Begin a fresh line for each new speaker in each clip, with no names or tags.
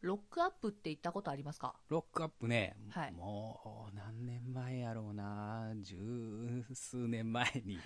ロックアップって行ったことありますか
ロックアップね、
はい
もう何年前やろうな、十数年前 に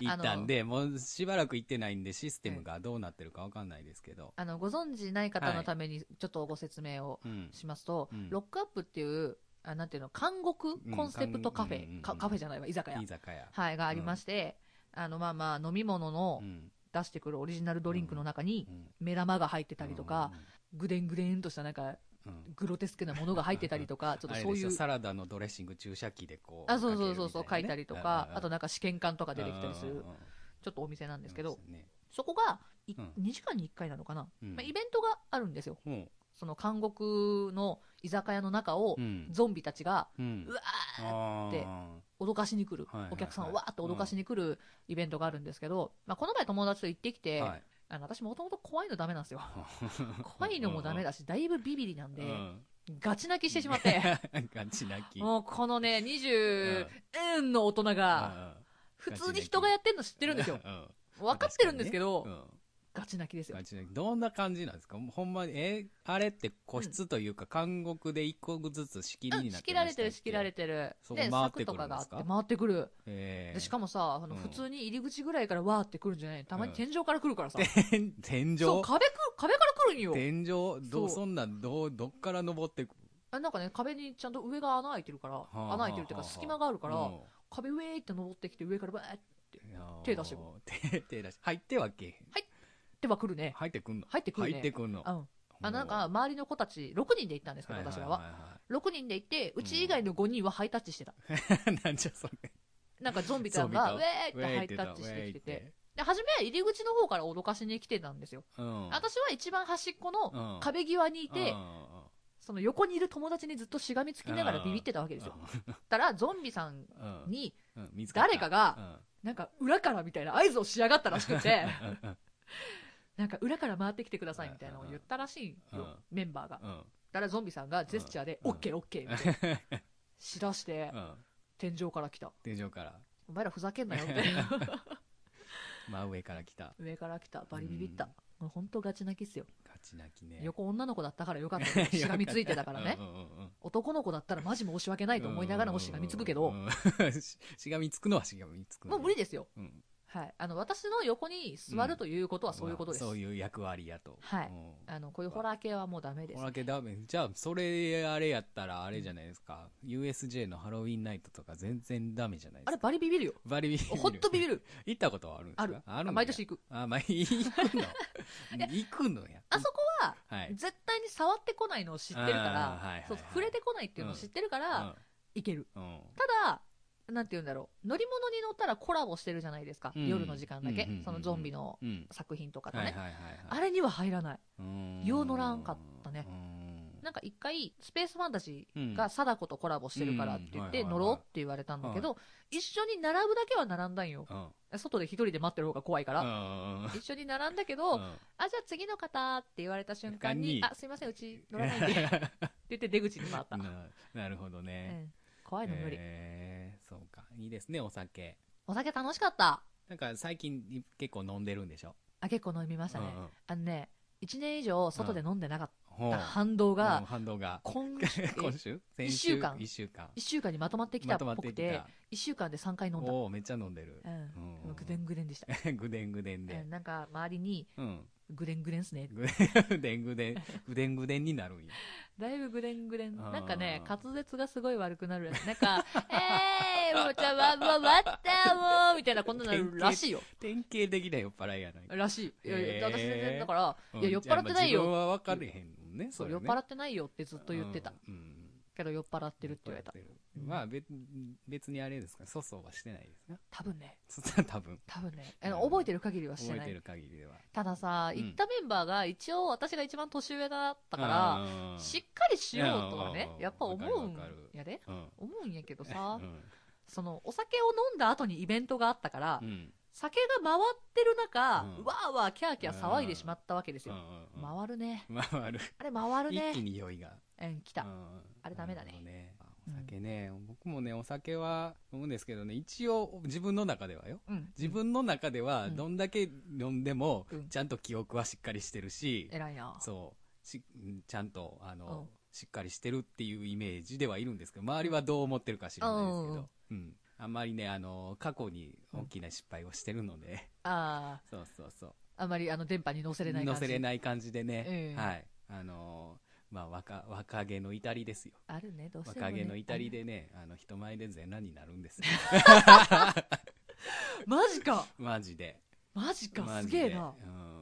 行ったんで、もうしばらく行ってないんで、システムがどうなってるかわかんないですけど、
あの、ご存知ない方
は
の
い
ためにちょっとご説明を
うん、
しますと、
うん
ロックアップっていう、あなんていうの、監獄
うん
コンセプトカフ
監獄うんうんう
ェ、
ん
かカフェじゃないわ、居酒屋
居。酒屋、
はい、がありまして、あの、まあまあ、飲み物の
うん
出してくるオリジナルドリンクの中に
う、ん、
目玉が入ってたりとか、ぐでんぐでんとしたなんか、
うん、うん、
グロテスクなものが入ってたりと か、ちょっと
あれ
そう
でし
い
ょ
う。
サラダのドレッシング注射器でこう、
あ、そうそうそうそう、書
け
い
るみ
た
なね
りとか、あと
うん
なんか試験管とか出てきたりす
うんう
る
ん、うん
ちょっとお店なんですけ
そう
ど、
ですね
そこがい、
うん
2時間に1回なのかな、
うん
まあ、イベントがあるんですよ。
うん
その監獄の居酒屋の中を
う、ん
ゾンビたちが、
うん
うわ
あ
て
ー
ー脅かしに来る
はいはいは。い
お客さんをわーっと脅かしに来るイベントがあるんですけど、まあ、この前友達と行ってきて、
はい
あの私もともと怖いのダメなん ですよ。怖いのもダメだし、だいぶビビリなん
う
で、
ん
ガチ泣きしてしまって、
ガチ泣き。
もうこのね、20、うんの大人が、
あ
普通に人がやってんの知ってるんです よ。分かってるんですけど、ガチ泣きですよ。
どんな感じなんですかもうほんまに、え、あれって個室というか、監獄で一個ずつ仕切り
う
に
ん
なっ
仕
て
切
ま
ら
し
れて
たっけ
る仕切られてる。
そう
で、
回って
柵
く
と
る
か
んで
があ
す
って
か
回ってくる。
え
でしかもさ、あの、
うん
普通に入り口ぐらいからわーって来るんじゃないたまに
うん
天井から来るからさ。
も、天井
そう、壁く、壁から来るんよ。
天井ど、
そうう
そんなん、どう、どっから登ってく
あなんかね、壁にちゃんと上が穴開いてるから、
あはあ
穴開いてるっていうか
はあ
隙間があるから、
うん
壁上ーって登ってきて上からバーって
いやー
手出してく
手、 手出して。入ってはけえへん。
は来るね。
入ってくんの
入ってくるね
入ってくんの。
あうん。あ、なんか、周りの子たち、6人で行ったんですけ
ほう、
ど、
はい
私ら
い
は。
いい
6人で行って、うち以外の5人はハイタッチしてた。
なんじゃそれ。
なんかゾンビたちが、
ゾ
ウ
ン
ェ
ビ
ーってハイタッチしてきてて。
て。
で、初めは入り口の方から脅かしに来てたんですよ。
うん。
私は一番端っこ
う
の
ん
壁際にいて
うんう、んうん
その横にいる友達にずっとしがみつきながらビビってたわけですよ。たら、ゾンビさん
うんうん
に、
うん見つった
誰かが、なんか裏からみたいな合図をしやがったらしく て、なんか裏から回ってきてくださいみたいなのを言ったらしい
うん
よ、メンバーが
う。んうん
だからゾンビさんがジェスチャーで、
うん
オッケーオッケーみたいな。しだして
う、ん
天井から来た。
天井から
お前らふざけんなよみたいな。
真上から来た
上から来た。バリビビった。もうほんとガチ泣きっすよ。
ガチ泣きね
横女の子だったからよかったけど。しがみついてた からね
う。んうんうん
男の子だったらマジ申し訳ないと思いながらもしがみつくけど、
うん
も
うんうん ししがみつくのはしがみつく
う無理
で
ですよ。はい。あの、私の横に座るということはそういうことです。
そういう役割やと
はい
うん
あの、こういうホラー系はもうダメです
ほ。らけダメじゃあそれあれやったらあれじゃないですか USJ のハロウィンナイトとか全然ダメじゃないで
あ
す
れ
か
バリビビるよ。
バリビ
ほんとビビる。
行ったことはあるんですか
ある
んだ
毎年行く
あ毎行く の行くのや
あそこは、
はい
絶対に触ってこないのを知ってるか
あーはいはいは
ら
い、
そう触れてこないっていうのを知ってるから、いける。
うんうん
ただ、なんて言うんだろう。乗り物に乗ったらコラボしてるじゃないですか。
うん
夜の時間だ
うんうんうんう
け
ん。
そのゾンビの
うん
作品とかと
はい
ね。
はいはいはい
あれには入らない。よう乗らんかったね
ね
なんか一回、スペースファンタジーが貞子とコラボしてるからって言っ
う
て
ん
乗ろうって言われたんだけど、一緒に並ぶだけは並んだんよ。
うん
外で一人で待ってる方が怖いから。
あ
一緒に並んだけど、あ、じゃあ次の方って言われた瞬間に、
に
あ、すいません、うち乗ら ないんで。って言って出口に回った。うん、
な なるほどね。
怖いの無理、
えーそうか。いいですね、お酒。
お酒楽しかった。
なんか最近結構飲んでるんでしょ
あ、結構飲みましたね。
うんうん
あのね、1年以上外で飲んでなかっ
ほう
た反動
うん
が、
反動が。
今 週、
今週先
一週間
一週間。
1週間にまとまってきたっぽ
まとま
く
ってき
て
た、
1週間で3回飲んだ。
おおめっちゃ飲んでる
う。ん。
うん
ぐでんぐでんでした。
ぐでんぐでん
う
で
ん。なんか、周りに、
うん。
ぐでんぐでんっすね。
ぐでんぐでん、ぐでんぐでんになるんや。
だいぶぐでんぐでん。
あー
なんかね、滑舌がすごい悪くな るやつ。なんか、えー、もうちゃわ、わ、わったもうみたいな、こんなのなるらしいよ。
典型的な酔っ払いやないか。
らしい。いやいや
へー
私全然、だから、
うん
いや、酔っ払ってない
じゃあまあ自
よ。
分は分かれへんもんね、
そ、
そうれ
酔っ
ね
払ってないよってずっと言ってた。
うんうん
けど、酔っ払ってるって言われた
酔っ払。ってるまあ別別にあれですか粗相はしてないですね
多分ね、
そしたら 多分
多分ね、あの
うん
覚えてる限りはして
覚え
な
て
い。
る限りでは
たださ、
うん
行ったメンバーが一応私が一番年上だったか
あ
ら、
ー
しっかりしようとはね
う、ん
やっぱ思う
わかるわか
ん
る
やで。
うん
思うんやけど
う
さ、
ん
その、お酒を飲んだ後にイベントがあったから、
うん
酒が回ってる中、
うん
わーわーキャーキャー騒いでしまったわけです
う
よ。
んうん
回るね。
回る
あれ回る
一気
ね。
に酔いが
うん、来た。
うん
あれダメだね
なるほどねあお酒ね僕もねお酒は飲むんですけどね一応自分の中ではよ
うん。
自分の中では
うん
どんだけ飲んでも
うん
ちゃんと記憶はしっかりしてるし
偉いな。
そうしちゃんとあの、
うん
しっかりしてるっていうイメージではいるんですけど周りはどう思ってるか知らないですけど、
うん
う
うん
んあんまりねあの過去に大きな失敗をしてるので、
あ
そうそうそう
あ、あまりあの電波に乗せれない感
乗
じ。
せれない感じでね、
うん
はいあのまあ若若気の至りですよ
あるね、どうしても、ね。
若気の至りでねあの人前で全裸になるんで すよ
あ。マジか
マジで
マジか
マ
す
ジ
げ
で
えな。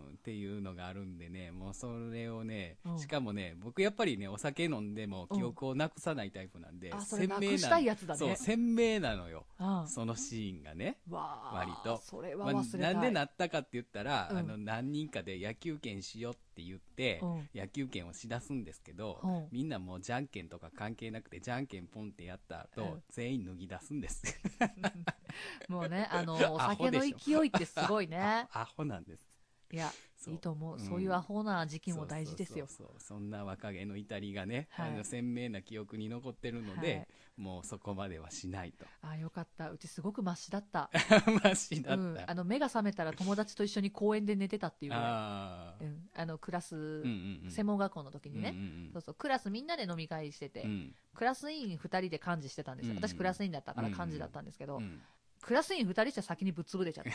うん、っていうのがあるんでねもうそれをね、
うん
しかもね僕やっぱりねお酒飲んでも記憶をなくさないタイプなんで、
あ、それ
鮮
な
明
くしたい
な
やつだ
そう
ね。
鮮明なのよ、
うん
そのシーンがね
わあ
割と
それは
まあ
忘れた、
ないんでなったかって言ったら、
うん
あの何人かで野球券しようって言って、
うん
野球券をしだすんですけど、
うん
みんなもうじゃんけんとか関係なくてじゃんけんポンってやった後、
うん
全員脱ぎ出すんです
もう ねあのお
ア
酒
ホで
の
しょ
勢いってすごいね
あ アホなんです
いや
そう
いいと思う、
うん
そういうアホな時期も大事ですよ
そうそうそうそうそんな若気の至りがね、
はい
あの鮮明な記憶に残ってるので、
はい
もうそこまではしないと
あよかったうちすごくマシだった
マシだった、
うん、あの目が覚めたら友達と一緒に公園で寝てたっていうぐら
あ
い、うん、あのクラス、
ーうんうん
専門学校の時にね、
うんうん
そうそうクラスみんなで飲み会してて、
うんうん
クラス委員2人で幹事してたんですよ、
うんうん
私クラス委員だったから幹事だったんですけど、
うん
クラス委員2人じゃ先にぶっ潰れ ちゃって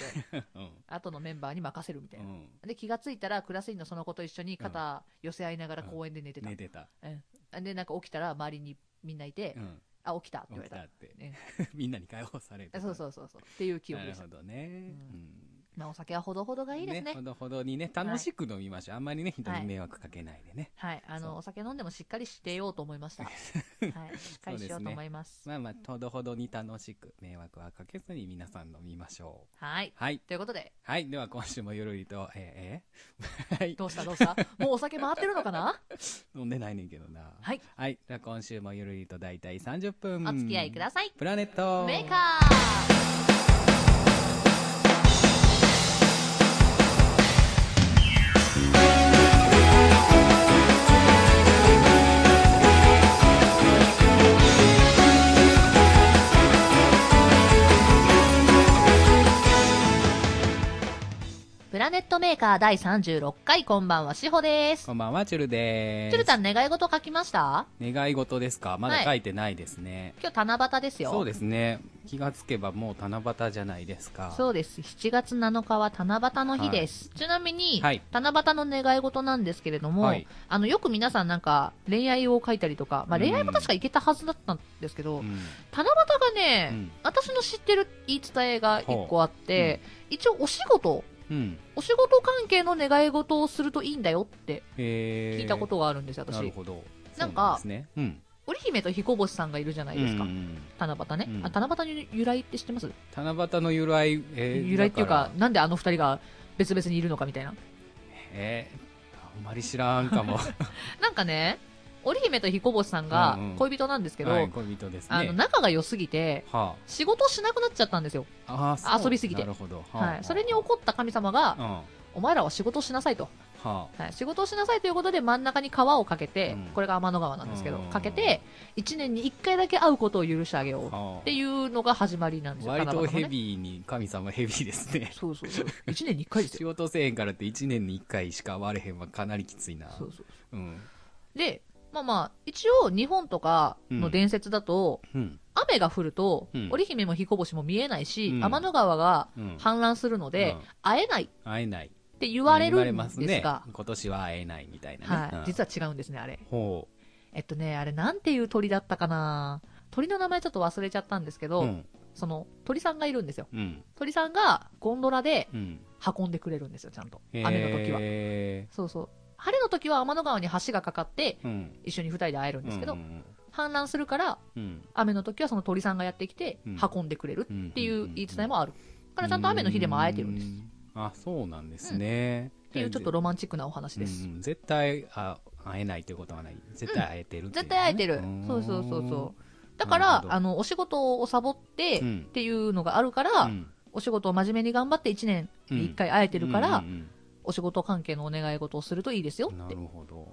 うん
後のメンバーに任せるみたいな
う、ん
で気がついたらクラス委員のその子と一緒に肩寄せ合いながら公園で 寝てた、
寝てた、
うんでなんか起きたら周りにみんないて「
うん、
あ起きた」って
起
言われ
き
た
たって、
ね
みんなに解放されて
あそうそうそうそうっていう記憶
な
で
る
した
ほ、どね、うん
まあ、お酒はほどほどがいいですね
ほどほどにね楽しく飲みましょう、あんまりね人に迷惑かけないでね、
はいあ
そ
の
う
お酒飲んでもしっかりしてようと思いま した、はい、しっかりしようと思います
まあまあほどほどに楽しく迷惑はかけずに皆さん飲みましょう
はい
はい
ということで
はい。では、今週もゆるりと、えー、えー はい。
どうしたどうしたもうお酒回ってるのかな
飲んでないねんけどな。
はい。
はい。じゃあ、今週もゆるりと大体30分。
お付き合いください
プラネット。
メーカープラネットメーカー第36回こんばんはしほです
こんばんは、ちゅるでーす。
ちゅるちゃん願い事書きました
ん。願い事ですかま
は
だ
い
書いてないですね。
今日七夕ですよ
そうですね。気がつけばもう七夕じゃないですか。
そうです。7月7日は七夕の日です。ちなみに、
はい
七夕の願い事なんですけれども、
はい
あの、よく皆さんなんか恋愛を書いたりとか、まあ
うん
恋愛も確かいけたはずだったんですけど、
うん。
七夕がね、
うん
私の知ってる言い伝えが一個あって、一応お仕事、
うん。
お仕事関係の願い事をするといいんだよって
えー、
聞いたことがあるんですよ、
な
私。
るほど。
なん
そう
か
ですね。うん。
織姫と彦星さんがいるじゃないですか。
うんうん
七夕ね、
うん
あ。七夕の由来って知ってます
七夕の由来、えー、
由来っていう
だ
か、なんであの二人が別々にいるのかみたいな。
らえー、あんまり知らん かも。
なんかね、織姫と彦星さんが
うんうん
恋人なんですけど、
はい、恋人ですね。
あの仲が良すぎて、
は
仕事をしなくなっちゃったんですよ。
あ、あーそう
遊びすぎて
なるほど。はあ
はい、それに
は
怒った神様が、
あうん。は
お前らは仕事をしなさいと、
あ。
はい。仕事をしなさいということで真ん中に川をかけて、
うん
これが天の川なんですけど、
うん
かけて、1年に1回だけ会うことを許してあげよう
はあ
っていうのが始まりなんですよ。
割と
七夕
ヘ
のね。。
ビーに、神様ヘビーですね
そうそうそう。1年に1回です
仕
よ。
事せえへんからって1年に1回しか割れへんはかなりきついな。
そうそう。
うん。
で、まあまあ、一応日本とかの伝説だと、
うん。
雨が降ると、
うん
織姫も彦星も見えないし、
うん
天の川が
うん
氾濫するので、
うん
会えないっ
会えない。
て言われるん
ま
ですす
ね
が、。
今年は会えないみたいなね。
はい、実
は。
は違うんですね、あれ。
ほ
えっとね、あれ、なんていう鳥だったかな鳥の名前ちょっと忘れちゃったんですけ
う。
ど、
うん。
その、鳥さんがいるんですよ。
うん。
鳥さんがゴンドラで
うん。
運んでくれるんですよ、ちゃんと。雨の時は。
へ
そうそう。晴れの時は天の川に橋がかかって、
ーうん。
一緒に二人で会えるんですけど、
うんうん
氾濫するから、
うん。
雨の時はその鳥さんがやってきて
うん、
運んでくれる
うん。っ
っていう言い伝えもある。だからちゃんと雨の日でも会えてるんです。
す。あ、そうなんですね。っ
っていうちょっとロマンチックなお話です。
うんうん絶対あ会えないということはない絶対会えてるっていう
絶
ね
対会えてる
う。ん
そうそうそうそう。だから、
なるほど
あの、お仕事をサボって、
う
っ
ん
ていうのがあるから、
うん
お仕事を真面目に頑張って1年
うん
に1回会えてるから、
うんうん
お仕事関係のお願い事をするといいですよ
うん
っ
な
て
る。ほど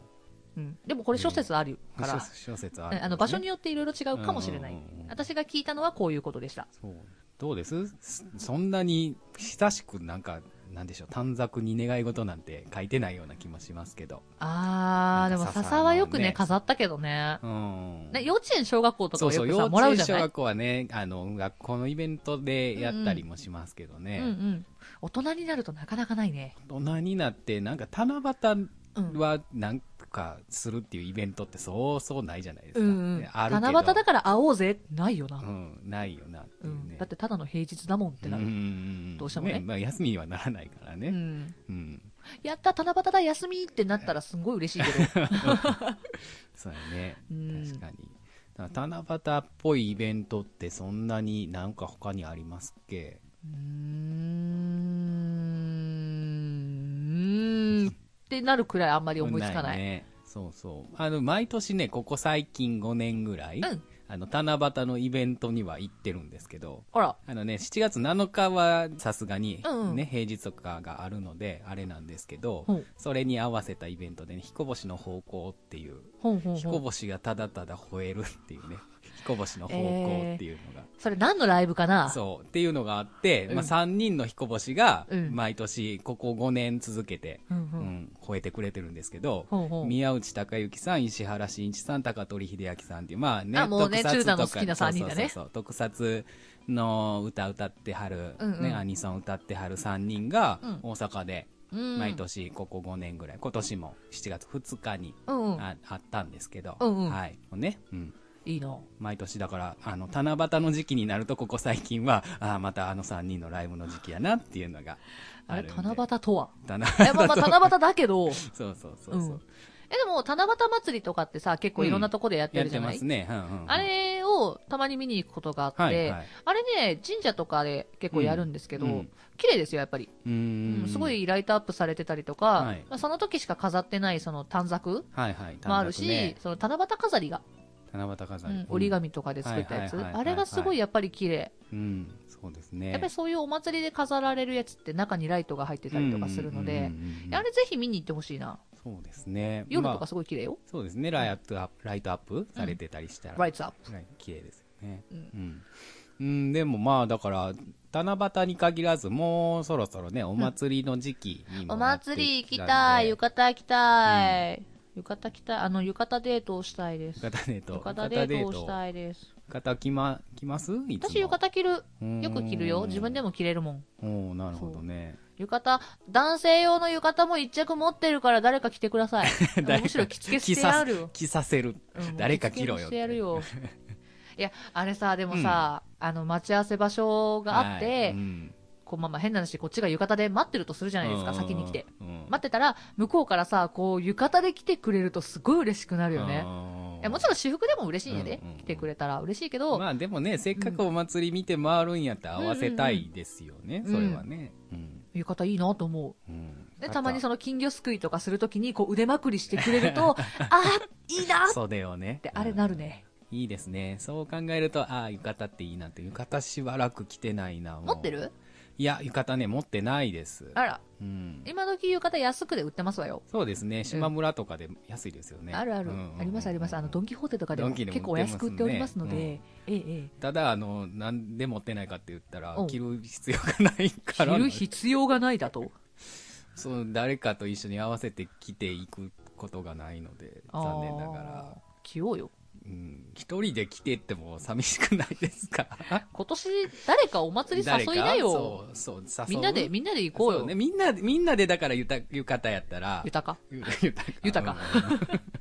うん、でもこれ諸説あるから、
諸諸説あ
う
る
んあの場所によっていろいろ違うかもしれない
うんうんうんう。ん
私が聞いたのはこういうことでした。
そうどうですそそんなに親しくなんかなんでしょう短冊に願い事なんて書いてないような気もしますけど
あー、で
なん
も
か笹
笹はよくね、
のね
飾ったけどね。
うん
ね幼稚園、小学校とか
そう
は
そ
よ
う
く
幼
さ、も
稚
らう
園
じ
小
ゃない
学校はねあの学校のイベントでやったりもしますけど
う
ね、
んうん。大人になるとなかなかないね。
大人になってなんか七夕
うん。
はなんかするっていうイベントってそうそうないじゃないですか、
うんうん
であるけど
七夕だから会おうぜないよな、う
うんん、ないよなっていうね、
だってただの平日だもんってなる、
う
うん
うんんん
どうしてもね
まあ、休みにはならないからね、うん
やった七夕だ休みってなったらすごい嬉しい けど、
そうやね
うん
確かにだから七夕っぽいイベントってそんなになんか他にありますっけ
うーんうーんってなるくらいあんまり思いつかない
ね、そうそうあの毎年ねここ最近5年ぐらい、
うん
あの七夕のイベントには行ってるんですけど
あら
あのね、7月7日はさすがに、ね
うんうん
平日とかがあるのであれなんですけど、
ほう
それに合わせたイベントで、ね、彦星の方向っていう
ほうほう
彦
ほう
星がただただ吠えるっていうね 彦星の方向っていうのが、
それ何のライブかな
そうっていうのがあって、
うん
まあ、3人の彦星が
うん
毎年ここ5年続けて、
うんう
うん
ん
吠えてくれてるんですけど、
ほうほう
宮内孝之さん、石原慎一さん、高取秀明さんっていう、まあね、
あもうね
特
中
撮とか
段の好きな三人だね
そうそうそうそう特撮の歌歌ってはる、
うんうん
ね、アニソン歌ってはる3人が
うん
大阪で
うん
毎年ここ5年ぐらい、今年も7月2日に
うんうん
ああったんですけど、
うんうん
はい、ね、うん。
いいの
毎年だから、あの、七夕の時期になると、ここ最近は、ああ、またあの3人のライブの時期やなっていうのが
あれ
るんで
七夕とは
七夕
えまあまあ七夕だけど
そうそうそうそう。
うんえでも七夕祭りとかってさ結構いろんなとこでやって
やっ
るじ
て
ゃな
ま
い
すね。うんうんうん
あれをたまに見に行くことがあって、
はいはい
あれね、神社とかで結構やるんですけど、
うんうん
綺麗ですよ、やっぱり、
う
うん
ん
すごいライトアップされてたりとか、
はい
まあ、その時しか飾ってないその短冊
はいはい
もあるし、
短冊ね
その七夕飾りが、
七夕飾
う
り
ん折り紙とかで作ったやつ、
はいはいはい
あ
はい
れがすごいやっぱり綺麗、
うん、うんそうですね
やっぱりそういうお祭りで飾られるやつって中にライトが入ってたりとかするので、
うんうんうんうん
あれぜひ見に行ってほしいな、
そうですね
夜と
ま
か
あ
すごい綺麗よ、
そうですねライトアップライトアップされてたりしたら、
ライトアップ。
はい綺麗ですよね
う
うん、うん、でもまあだから七夕に限らずもうそろそろねお祭りの時期にも
お
なってきたので、
祭り行きたい、浴衣行きたい、浴衣着たい、あの浴衣デートをしたいです。
浴衣デート
浴衣デートをし
い
たいです。
浴衣着ま着ますいつも
私浴衣着る。
衣
よく着るよ。自分で
も
も着れるもん。
おおなるほどね
浴衣、男性用の浴衣も一着持ってるから誰か着てくだ さい。
誰か
むしろ着付けしてやるよ。
着させる
うん
誰か着ろよ
着付けしてやる よ。いや、あれさ、でもさ、あの、待ち合わせ場所があって、
はいうん
こう、まあまあ変な話、こっちが浴衣で待ってるとするじゃないですか、先に来て。
うん、
待ってたら、向こうからさ、こう、浴衣で来てくれるとすごい嬉しくなるよね。いやもちろん私服でも嬉しいんやで、
うんうんうん
来てくれたら嬉しいけど、
まあでもねせっかくお祭り見て回るんやったら合わせたいですよね、
うんうんうん
それはね、うん
浴衣いいなと思
うん
う。で、たまに
そ
その金魚すくいとかするときに、こう腕まくりしてくれる と、ああ、いいなっ
袖をね
て、あれなる、ね。
うんいいですねそう考えるとああ浴衣っていいなって浴衣しばらく着てないなもう
持ってる
いや浴衣ね持ってないです
あら、
うん、
今時浴衣安くで売ってますわよ。
そうですね島村とかで安いですよね、
あるある、
うんうんうん
ありますあります。あの、ドンキホーテとかでも
ドンキでも
結構お安く売っておりますので、
売っ
ええええ。
ただあのなんで持ってないかって言ったら
うん
着る必要がないか
着
ら
る必要がないだと。
その誰かと一緒に合わせて着ていくことがないので残念ながら
あー。着ようよ。
うん一人で着てっても寂しくないで すか
今年、誰かお祭り
誰か
誘いなよ。
そうそう誘う
みんなで、みんなで行こうよ。
そね、みんなみんなでだからゆた浴衣やったら
豊か。
ゆ 豊か
豊か
うん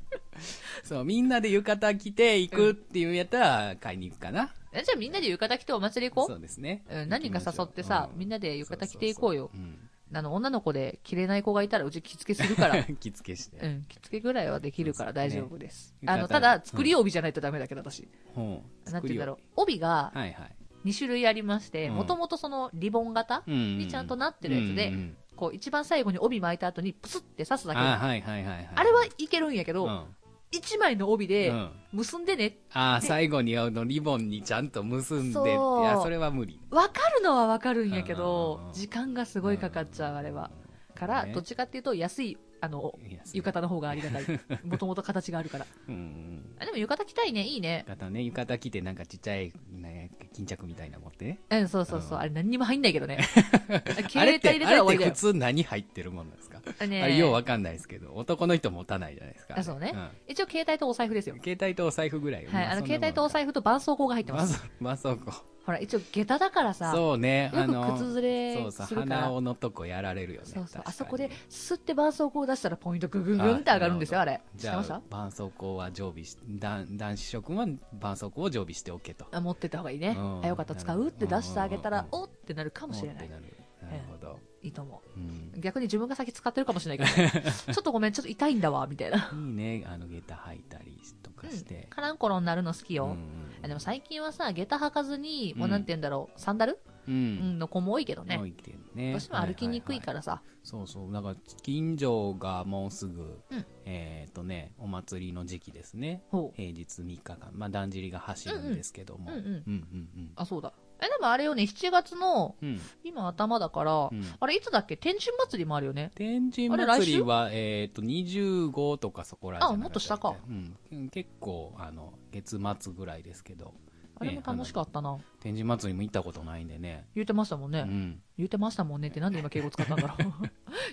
そうみんなで浴衣着ていくっていうやったら買いに行くかな、
えじゃあみんなで浴衣着てお祭り行こう。
そうですね、
うん、何人か誘ってさ、みん
な
なで浴衣着ていこうよ。
そうそうそううん
あの、女の子で着れない子がいたら、うち着付けする から。
着付けして、
うん、着付けぐらいはできるから大丈夫です。
そうですね
あの、た
浴衣
だ、作り帯じゃないとダメだけど、私。
ほう
なんて言うんだろう
作。
帯が
りをはいはい、
2種類ありまして、
うん
もともとそのリボン型
うんうん
にちゃんとなってるやつで、
うんうん
こう、一番最後に帯巻いた後にプスって刺すだけ。
あ
あ
はいはいはいはい
れはいけるんやけ
う
ど、
ん
一枚の帯
う
で
ん
結んでね。
ああ最後にあのリボンにちゃんと結んで
そう
いやそれは無理
わかるのはわかるんやけ
う
ど
んうんうん、
時間がすごいかかっちゃう、あれは。から、
ね
どっちかっていうと、安い、あの、
いやそう
浴衣の方がありがたい。 もともと形があるから。
うんうん
あでも浴衣着たいね、いいね。
浴衣ね浴衣着てなんかちっちゃい、ね、巾着みたいなの持ってね。
うん、そうそうそう。あれ何にも入んないけど ね。
あ
携
れ
帯
って、
入れたら
あれ
終
っ
わ
て
り
普
だよ。
通何入ってるもんなんですか
あね
あれようわかんないですけど、男の人持たないじゃないですか。
あそうね
ん
一応携帯とお財布ですよ。
携帯とお財布ぐらい。
はい。あの、携帯とお
布
財布と絆創膏が入ってます。
まそこ。
ほら、一応下駄だからさ、よ
そうね。あの
く靴ずれ
そう
す
そう。
るから
鼻。をのとこやられるよね。
そうそう。
確かに
あそこで、スって絆創膏を出したらポイントグググンって上がるんですよ、
あ
あれ。知
じ
って
ゃ
ました
あ、絆創膏は常備し、男男子諸君は絆創膏を常備しておけと。
あ持ってた方がいいね
う。ん
あ、よかった、使うって出してあげた
うん
ら
うん、う
お
ん
ってなるかもしれない
思。ってなるなるほど。
いいと思
うん
う。逆に自分が先使ってるかもしれないけど ね、ちょっとごめん、ちょっと痛いんだわ、みたいな。
いいね、あの、下駄履いたりとかして。
カランコロンなるの好き
うん
よ。あでも最近はさ、下駄履かずに、もうなんて言うんだろう、サンダルう
う。
んんの子も多いけどね
多。いけどね。。
私も歩きにくいかららさ。
そうそう。なんか、近所がもうすぐ
うん、
えっとね、お祭りの時期ですね。
ほう。
平日3日間。まあ、だんじりが走るんですけども。
うんうん
うんうん
あ、そうだ。え、でもあれよね、7月の、
うん。うん。
今頭だから
うん、
あれいつだっけ天神祭りもあるよね。
天神祭りは、えっ、と、25とかそこらじゃな
あもっと下か
かったみたいうん。結構、あの、月末ぐらいですけど、
あれも楽しかったな。
天神祭りも行ったことないんでね。
言うてましたもん
う
ね。
ん。
言うてましたもんねって、なんで今敬語使ったんだろ う。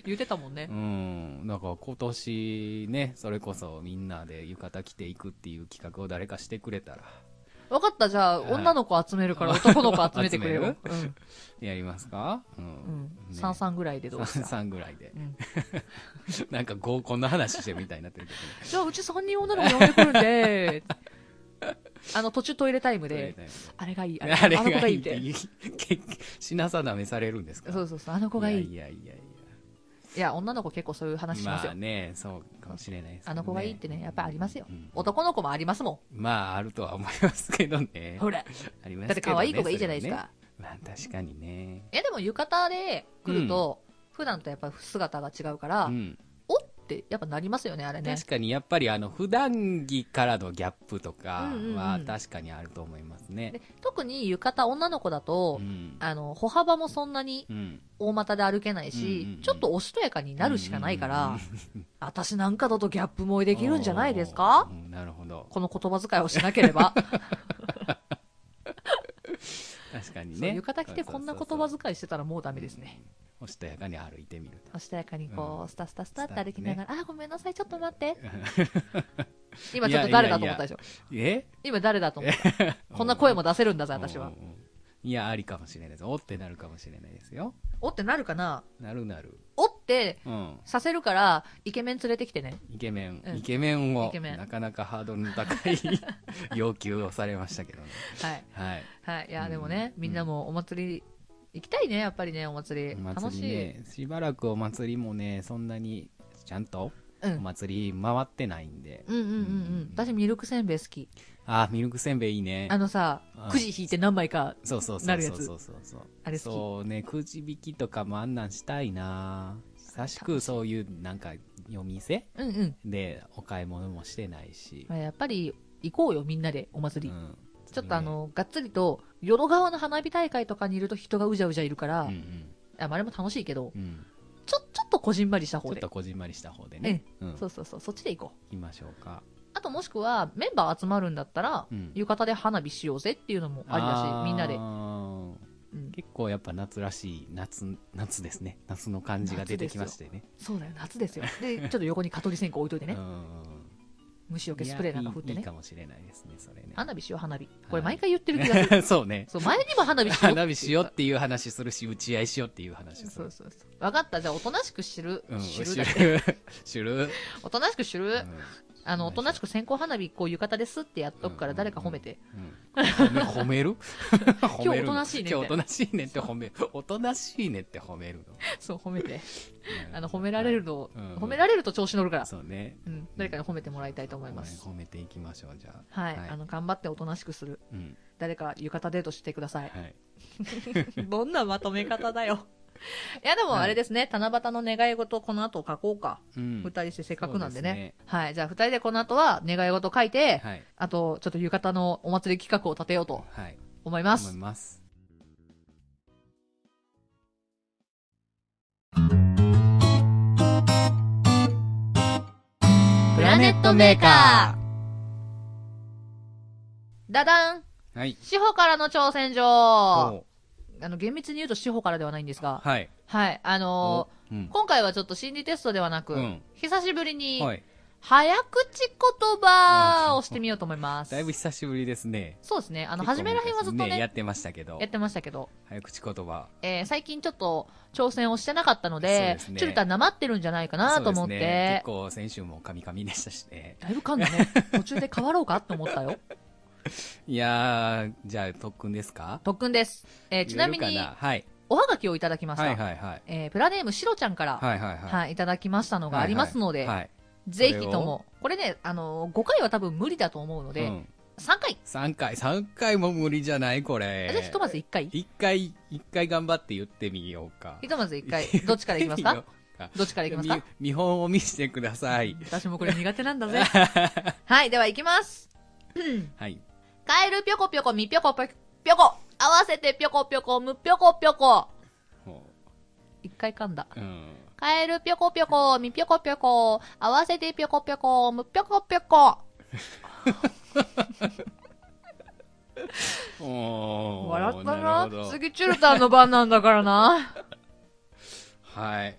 言うてたもんね
う。ん。だから今年ね、それこそみんなで浴衣着ていくっていう企画を誰かしてくれたら、
わかった、じゃあ、
はい
女の子集めるから男の子集めてく れ
集
よ。うん
やりますかう。
うんん。三々ぐらいでどうですか。
3ぐらいで
う。ん
なんか合コンの話してるみたいになってるけどね。
じゃあ、うち3人女の子呼んでくるんで、 あの、途中トイレタイム
そ
で、
れだよね
あれが いい、あれ
あれ
あの子
が
が
い
い
い
い
っ
ってて。
言う結局品定めされるんですか
そうそうそう、あの子がいい。
いやいやいやいや。
いや、女の子結構そういう話しますよ
あ。ね、そうかもしれないですけどね
あの子がいいってね、やっぱありますよ
うん。
男の子もありますも
まあ、あるとは思いますけどね
ん。。 ほら。
ありま
だっ
す
て
けどね
可愛い子がいいじゃないですか。。
それはねまあ、確かにね。
え、でも浴衣で来ると、普段とやっぱ姿が違うから、
うん。
おってやっぱなりますよね、あれね
確。かに、やっぱり、あの、普段着からのギャップとか
うんうん
は
うん
確かにあると思いますね
で。特に浴衣女の子だ
う
と、
ん。
あの、歩幅もそんなに
うん。
大股で歩けないし、
うんうんうん
ちょっとおしとやかになるしかないから、
うんうん
私なんかだとギャップ萌えできるんじゃないです
お
か
ーうんなるほど。
この言葉遣いをしなければ。
確かに
そう
ね。
浴衣着てこんな言葉遣いしてたらもうダメですね。
おしとやかに歩いてみると。
おしとやかにこう、スタスタスタって
スタ
歩きながら、あ、ごめんなさい、ちょっと待 って。今ちょっと
いやいや
誰だと思ったでしょ
え
今誰だと思 った。こんな声も出せるんだぜ、
うんうん
私は。
いや、ありかもしれないです。おってなるかもしれないですよ。
おってなるかな
なるなる。
おって
うん。
させるから、イケメン連れてきてね。
イケメン、
うん
イケメン
イ
を
ケメン
なかなかハードルの高い要求をされましたけどね。
はい。
はい。
はい。い
うん
や、でもね、みんなもお祭り、行きたいね、やっぱりね、お祭り。
お
楽
祭
し
り
い。
ね、しばらくお祭りもね、そんなにちゃんと
う
お
ん。
祭り回ってないんで。
うんうんうんう
うん
ん。私、ミルクせんべい好き。
あ、ミルクせんべいいいね
あ。のさ
うん、
くじ引いて何枚か。
そうそうそ
な
う
る
そ
や
う
つ
そうそうそう。
あれ好き
そうね、くじ引きとかもあんなんしたいな久しくそういうなんか夜店
うんうん。
でお買い物もしてないし。
まあやっぱり、行こうよ、みんなで、お祭り。
うん
ちょっとあ、の、がっつりと、淀川の花火大会とかにいると人がうじゃうじゃいるから、
うん
あまああれも楽しいけど
うん、うん。
ちょ、ちょっとこじんまりした
ちょ
方
っ
で
と。こじんまりした方でね。うん。
そ
行
うそうそう、そっちで行こう。
きましょうか。
あともしくは、メンバー集まるんだったら、
うん
浴衣で花火しようぜっていうのもありだし、みんなで。
で。
うん
結構やっぱ夏らしい、夏、夏ですね。夏の感じが出てきましてね。
そうだよ、夏ですよ。 で、ちょっと横に蚊取り線香置いといてね
う。ん
虫除けスプレーなんか振って
いやいいいい
ね。
かもしれないですね、それね。
花火しよう、花火。これ毎回言ってる気がする。
そうね。
そう、前にも花火しよう。
花火しようっていう話するし、打ち合いしようっていう話す
そ
る
う。そうそう。分かった、じゃあ、おとなしく知る
う。ん、
知る
知る
だけ。。
知る。
おとなしく知
う
る。
ん
あの、おとなしく線香花火、こう、浴衣ですってやっとくか
う
ら、
ん
誰か褒めて。
うん褒め褒める 褒め
今日
るの
おとなしいねって
今日おとなしいねって褒める。おとなしいねって褒めるの。
そう、褒めて。
う ん
あの、褒められるの
うん、
褒められると調子乗るから。
そうね。
うん。誰かに褒めてもらいたいと思います。
褒めていきましょう、じゃあ。
はい。
はい
あの、頑張っておとなしくする。
うん。
誰か浴衣デートしてください。
はい。
どんなまとめ方だ よ。いや、でもあれですね。七夕の願い事、この後書こうか。
うん
二人してせっかくなんで
そうで
ね。はい。じゃあ、二人でこの後は願い事書いて、
はい。
あと、ちょっと浴衣のお祭り企画を立てようと
はい。
思いま
思い
す。
ます。プ
プラネットメーカー。ダダン
ー。はい。
志保からの挑戦状
お
あの厳密に言うと志保からではないんですが、
はい。
はい、あの
おうん
ー今回はちょっと心理テストではなく、
うん
久しぶりに
はい。
早口言葉をしてみようと思います。
だいぶ久しぶりですね。
そうですね、あの初めらへんはずっとね
やってましたけど
やっ。てましたけど、
早口言葉。
えー最近ちょっと挑戦をしてなかったので、
そうですね
ちょっとなまってるんじゃないかなと思って、
そうですね結構先週もカミカミでしたしね。
だいぶ噛んだね。途中で変わろうかと思ったよ。
いやー、じゃあ特訓ですか
特訓です。えーちなみ
言え
に
るか、はい。
おはがきをいただきました。
はいはいはい。
えープラネームしろちゃんから、はい
はいはいはい。
い、ただきましたのがありますので、
はいはい
ぜひとも、これね、あのー、5回は多分無理だと思うので、
うん
3回、
3回、3回も無理じゃないこれ。
ぜひとまず1回、
一回、一回頑張って言ってみようか
ひ。とまず1回、どっちからいきますかどっちからい
言
き
って
ます
みよう
か
かみ見本を見せてください。
私もこれ苦手なんだぜ。 はい、ではいきます。
はい。
カエルぴょこぴょこみぴょこぴょこ、ぴょこ合わせてぴょこぴょこむぴょこぴょこ。
も
1回噛んだ。
ううん。
カエルぴょこぴょこ、みぴょこぴょこ、合わせてぴょこぴょこ、むぴょこぴょこ。
おー
笑った
な
な
るほど
次、チュルタンの番なんだからな。
はい。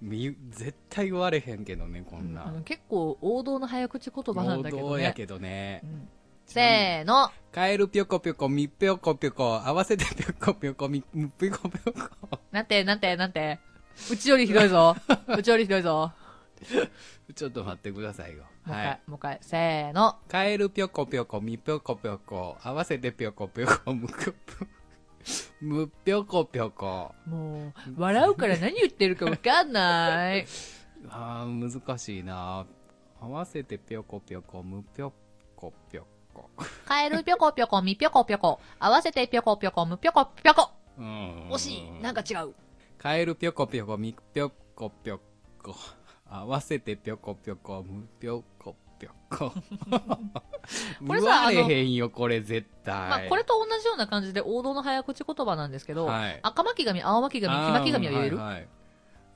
み、絶対言われへんけどね、こんな。
あの結構王道の早口言葉なんだけ
王
ど
道や
ね。
けどね
う。んせーの。
カエルぴょこぴょこ、みぴょこぴょこ、合わせてぴょこぴょこ、み、むぴょこぴょこ。
なんて、なんて、なんて。うちよりひどいぞ。うちよりひどいぞ。
ちょっと待ってくださいよ。
もう一
は
回、
い。
もう一回。せーの。
カエルぴょこぴょこ、みぴょこぴょこ、合わせてぴょこぴょこ、むぴょこぴょこ。むぴょこぴょこ。
もう、笑うから何言ってるかわかんない。
あー、難しいな合わせてぴょこぴょこ、むぴょこぴょこ。
カエルぴょこぴょこ、みぴょこぴょこ。合わせてぴょこぴょこ、むぴょこぴょこ。
うん。
惜しい。なんか違う。
カエルぴょこぴょこみぴょこぴょこ合わせてぴょこぴょこむぴょこぴょこ
これ
言
さ
われへんよこれ絶対、
まあ、これと同じような感じで王道の早口言葉なんですけど、
はい
赤巻紙、青巻紙、黄
あー
巻紙は言える、
はいはい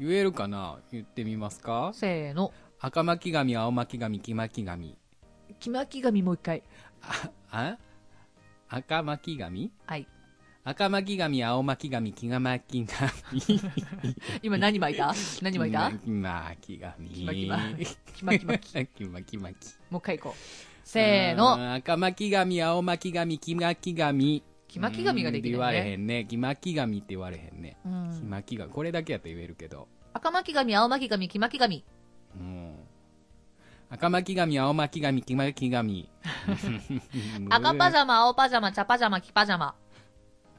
言えるかな言ってみますか
せーの。
赤巻紙青巻紙黄巻紙
黄巻紙もう一回。
ああ赤巻紙
はい。
赤巻紙青巻紙黄巻紙
今何巻い た何巻いた
黄巻紙
黄巻紙黄巻紙。
黄巻巻
もう一回行こう。 せーの。
うん赤巻紙、青巻紙、黄巻紙。
黄巻紙ができ
う
る
ん言われ
ね。
へんね。黄巻紙って言われへんね。
う
黄
ん、
巻紙。これだけやと言えるけど。
赤巻紙、青巻紙、黄巻紙。
うん。赤巻紙、青巻紙、黄巻 紙。
赤パジャマ、青パジャマ、茶パジャマ、黄パジャマ。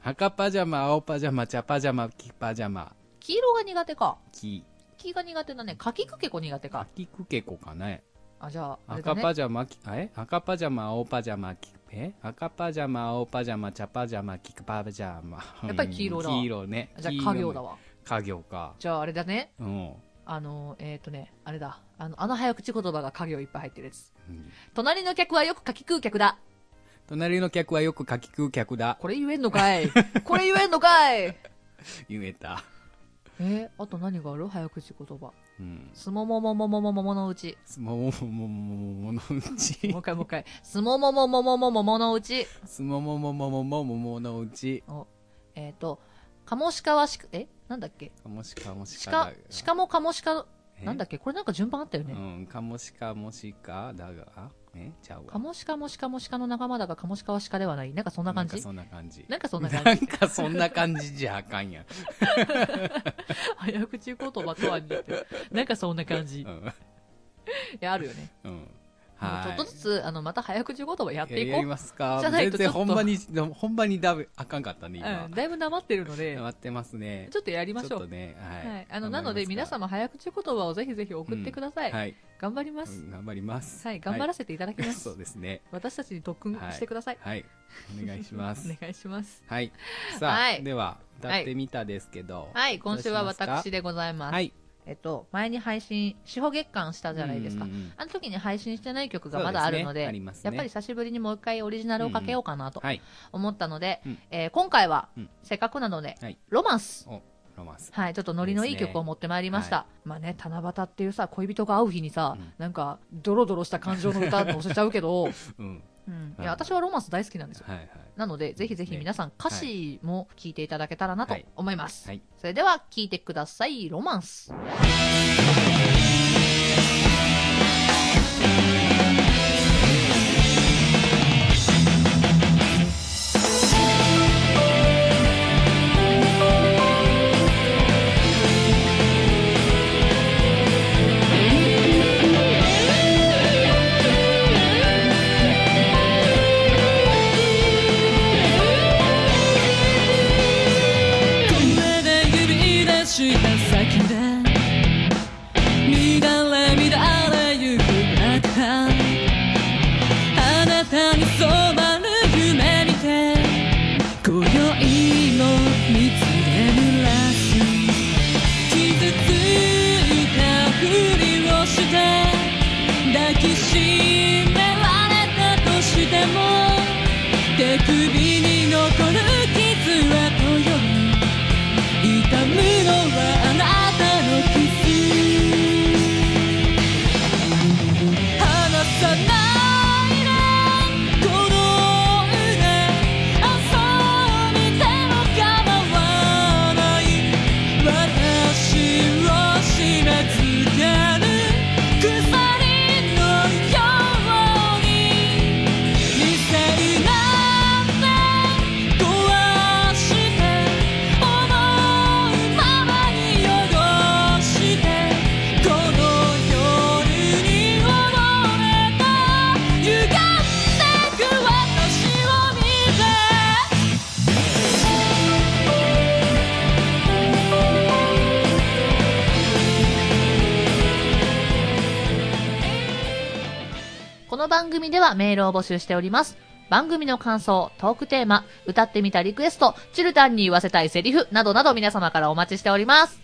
赤パジャマ、青パジャマ、茶パジャマ、黄パジャマ。
黄色が苦手か。
黄。
黄が苦手だね。かきくけこ苦手か
か。きくけこかね。
あ、じゃあ、あれだ
赤
ね。
パジャマ、きあえ赤パジャマ、青パジャマ、きえ赤パジャマ、青パジャマ、茶パジャマ、黄パジャマ。
やっぱり黄色だ
うん黄色ね。
じゃ
黄
あ、
色
家業だわ。
家業か。
じゃあ、あれだね。
うん。
あの、えっ、とね、あれだ。あの、あの早口言葉が家業いっぱい入ってるやつ。
うん
隣の客はよくかき食う客だ。
隣の客はよくかき食う客だ。
これ言えんのか いこれ言えんのかい
言えた。
えー、あと何がある早口言葉。
うん。
すもももももももものうち。
すももももももものうち
もう。一回もう一回。すもももももももものうち。
すもももももももものうち。
えっ、と、カモシカはしか、えなんだっけ
かもしかもし
シ
か
カ
だ。、
シカもカモシカ、
え
なんだっけこれなんか順番あったよ
う
ね。
ん。かもしかもしかだが。えちゃうわ。
カモシカもシカもシカの仲間だが、カモシカはシカではない。なんかそんな感
なんか
じ
そんな感じ。
なんかそんな感じ
なんかそんな感じじゃあかん やん。
早口言葉とは似て るなんかそんな感じ。
う
い
ん。
や、あるよね。
うん。
もう
はい。
ちょっとずつ、あの、また早口言葉やってい
や
こう。
りますか
じゃない
全
とちょ
然
っと
ほんまに、ほんまにだめ、あかんかったね、今
うん、。だいぶなまってるので
終、わってますね。
ちょっとやりまし
ちょ
ょ
っと
う。
ね、はい。
はい。あの、なので皆
ん
様早口言葉をぜひぜひ送ってください。
はい。
頑張ります
う。ん頑張ります。
はい。頑張ら
せ
せていただ き
て
ます。
そうですね。
私たちに特訓してください。
はい。お願い します。
お願いします。
はい。さあ、
はい
では、歌ってみたですけど。
はい。今週は
どう
私
し
でございま
ま
すす。
かはい。
えっと、前に配信、四方月間したじゃないですか
うんうんうん。
あの時に配信してない曲がまだあるので、
そうですねありますね
やっぱり久しぶりにもう一回オリジナルをかけようかなと
はい。
思ったので、
うん
えー今回は、
うん
せっかくなので、
はい
ロマンス。
お、ロマンス。
はい、ちょっとノリのいい
ですね
曲を持ってまいりました。まあね、七夕っていうさ、恋人が会う日にさ、
うん
なんか、ドロドロした感情の歌載せちゃうけど、
うん。
うん、い
うん
や私はロマンス大好きなんですよ
はい はい
なのでぜひぜひ皆さん歌詞も聞いていただけたらなと思います、
はい
それでは聞いてくださいロマンス
こんなで指出した先で乱れ乱れゆくあなたあなたにそばる夢見て今宵も見つめるらし傷ついたふりをして抱きしめられたとしても手首に残る傷は今宵痛むのはあなたのキス離さないでこの腕遊びでも構わない私を締め付ける鎖のように理性なんて壊して思うままに汚してこの夜に溺れた歪んでく私を見て
この番組ではメールを募集しております。番組の感想、トークテーマ、歌ってみたリクエスト、チルタンに言わせたいセリフなどなど皆様からお待ちしております。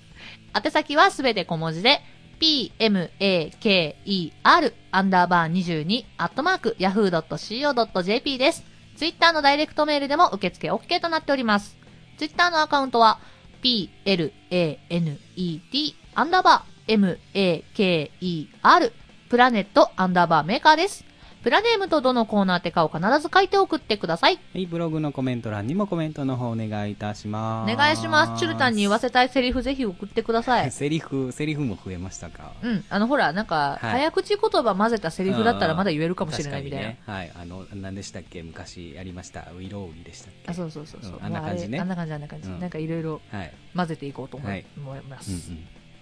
宛先はすべて小文字で、pmaker アンダーバー22アットマーク yahoo.co.jp です。ツイッターのダイレクトメールでも受付 OK となっております。ツイッターのアカウントは、planet アンダーバー maker プラネットアンダーバーメーカーです。プラネームとどのコーナーってかを必ず書いて送ってください。
はいブログのコメント欄にもコメントの方お願いいたし
お
ます
願いします。チュルタンに言わ
せ。
せたいセリフぜひ送ってください
セリフセリフも増えましたか
うん。あの、ほら、なんか、
はい
早口言葉混ぜたセリフだったらまだ言えるかもしれないみたいな。
確かにね、はいあの何でしたっけ昔やりましたウイロウギでしたっけ
あ、そうそうそうそう、
うんあんな感じね
もうあれあんな感じ、あんな感じ。
うん
なんかいろいろ
はい
混ぜていこうと思い
はい
思います。
う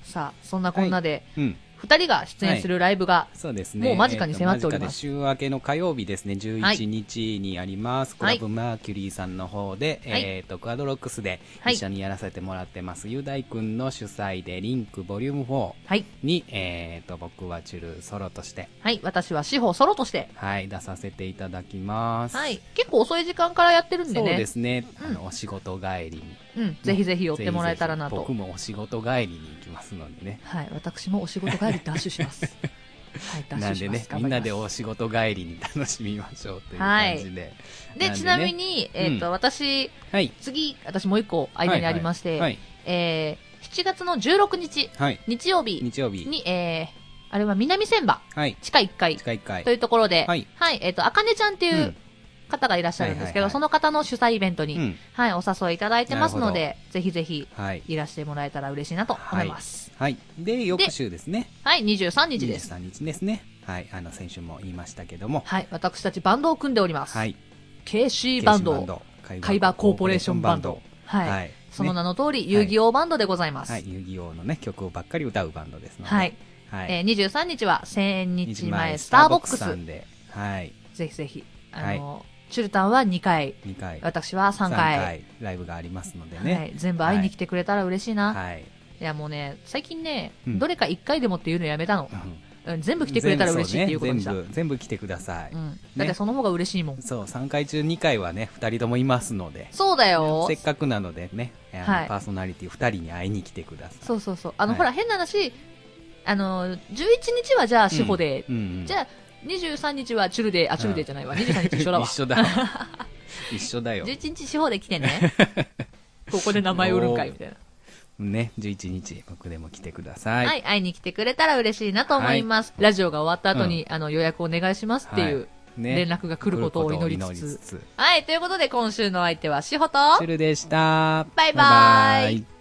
さあ、そんなこんなで、
んうんうん
二人が出演するライブが、
そうですね。
もう間近に迫っております
えーと間近で週明けの火曜日ですね、
はい
11日にあります、
はい
クラブマーキュリーさんの方で、
はい
えっ、と、クアドロックスで
はい
一緒にやらせてもらってます、雄大くんの主催で、リンクボリューム4
はい、
に、えっ、と、僕はチュルソロとして、
はい、私は司法ソロとして、
はい、出させていただきます。
はい、結構遅い時間からやってるんで
そう
ね、
ですね、
うん
あのお仕事帰りに
うん、ぜひぜひ寄ってもらえたらなと。
ぜひぜひ僕もお仕事帰りに行きますのでね
はい、私もお仕事帰りダッシュします。はい、ダ
な
ッ
ん
シュ
で
しま
ね
す。
みんなで
頑張り
お仕事帰りに楽しみましょうという感じで、
ますで、
なんでね
ちなみに、えっ、と、
うん
私、
はい
次、私もう一個間にありまして、
はいはい
えー7月の16日、
はい
日曜日
日曜日
に、えーあれは南千葉、
はい
地下1階
地下1階
というところで、は
はいい、
えっ、と、あかねちゃんっていううん方がいらっしゃるんですけど、
はいはいはい
その方の主催イベントに、
うん
はい、お誘いいただいてますの
な
で、ぜひぜひ、
はい
いらしてもらえたら嬉しいなと思います。
はいで翌週ですね
はい、23日です。
23日ですねはいあの先週も言いましたけども
はい、私たちバンドを組んでおります。
はい
KC バンド
ケーシバンド
カイバーコーポレーションバンドは、
はいいね
その名の通り、
い
遊戯王バンドでございます
は
はいい、
遊戯王のね曲ばっかり歌うバンドですのではい
えー、23日は1000日前
前
スターボックス
さんではい
ぜひぜひあの、チュルタンは2回
2回
私は3回
三ライブがありますので
は
ね
い、全部会いに来てくれたら嬉しいな、い、
はい
やもうね最近ね、
うん
どれか1回でもっていうのやめたの
う、ん
うん、全部来てくれたら嬉しいっていうことにしたう、
全部そうね全部全部来てください
ん、だってその方が嬉しいもん、
そう3回中2回はね2人ともいますので
そうだよ
せっかくなのでね、あの
はい
パーソナリティ2人に会いに来てください。
そうそうそうあの、
はい
ほら変な話あの11日はじゃあ志保で、
うんうん
じゃあ23日はチュルであチュルでじゃないわ、23日一緒だわ
一緒 だわ。一緒だよ。
11日地方で来て ねここで名前売るんかいみたいな
ね、11日、僕でも来てくださ。
はいい、会いに来てくれたら嬉しいなと思います、ラジオが終わった後に、あの予約お願いしますっていう
ね
連絡が来ることを祈りつつ
来ることを祈りつつ
はい、ということで今週の相手はしほと、
シュルでした。
バイバイ
イ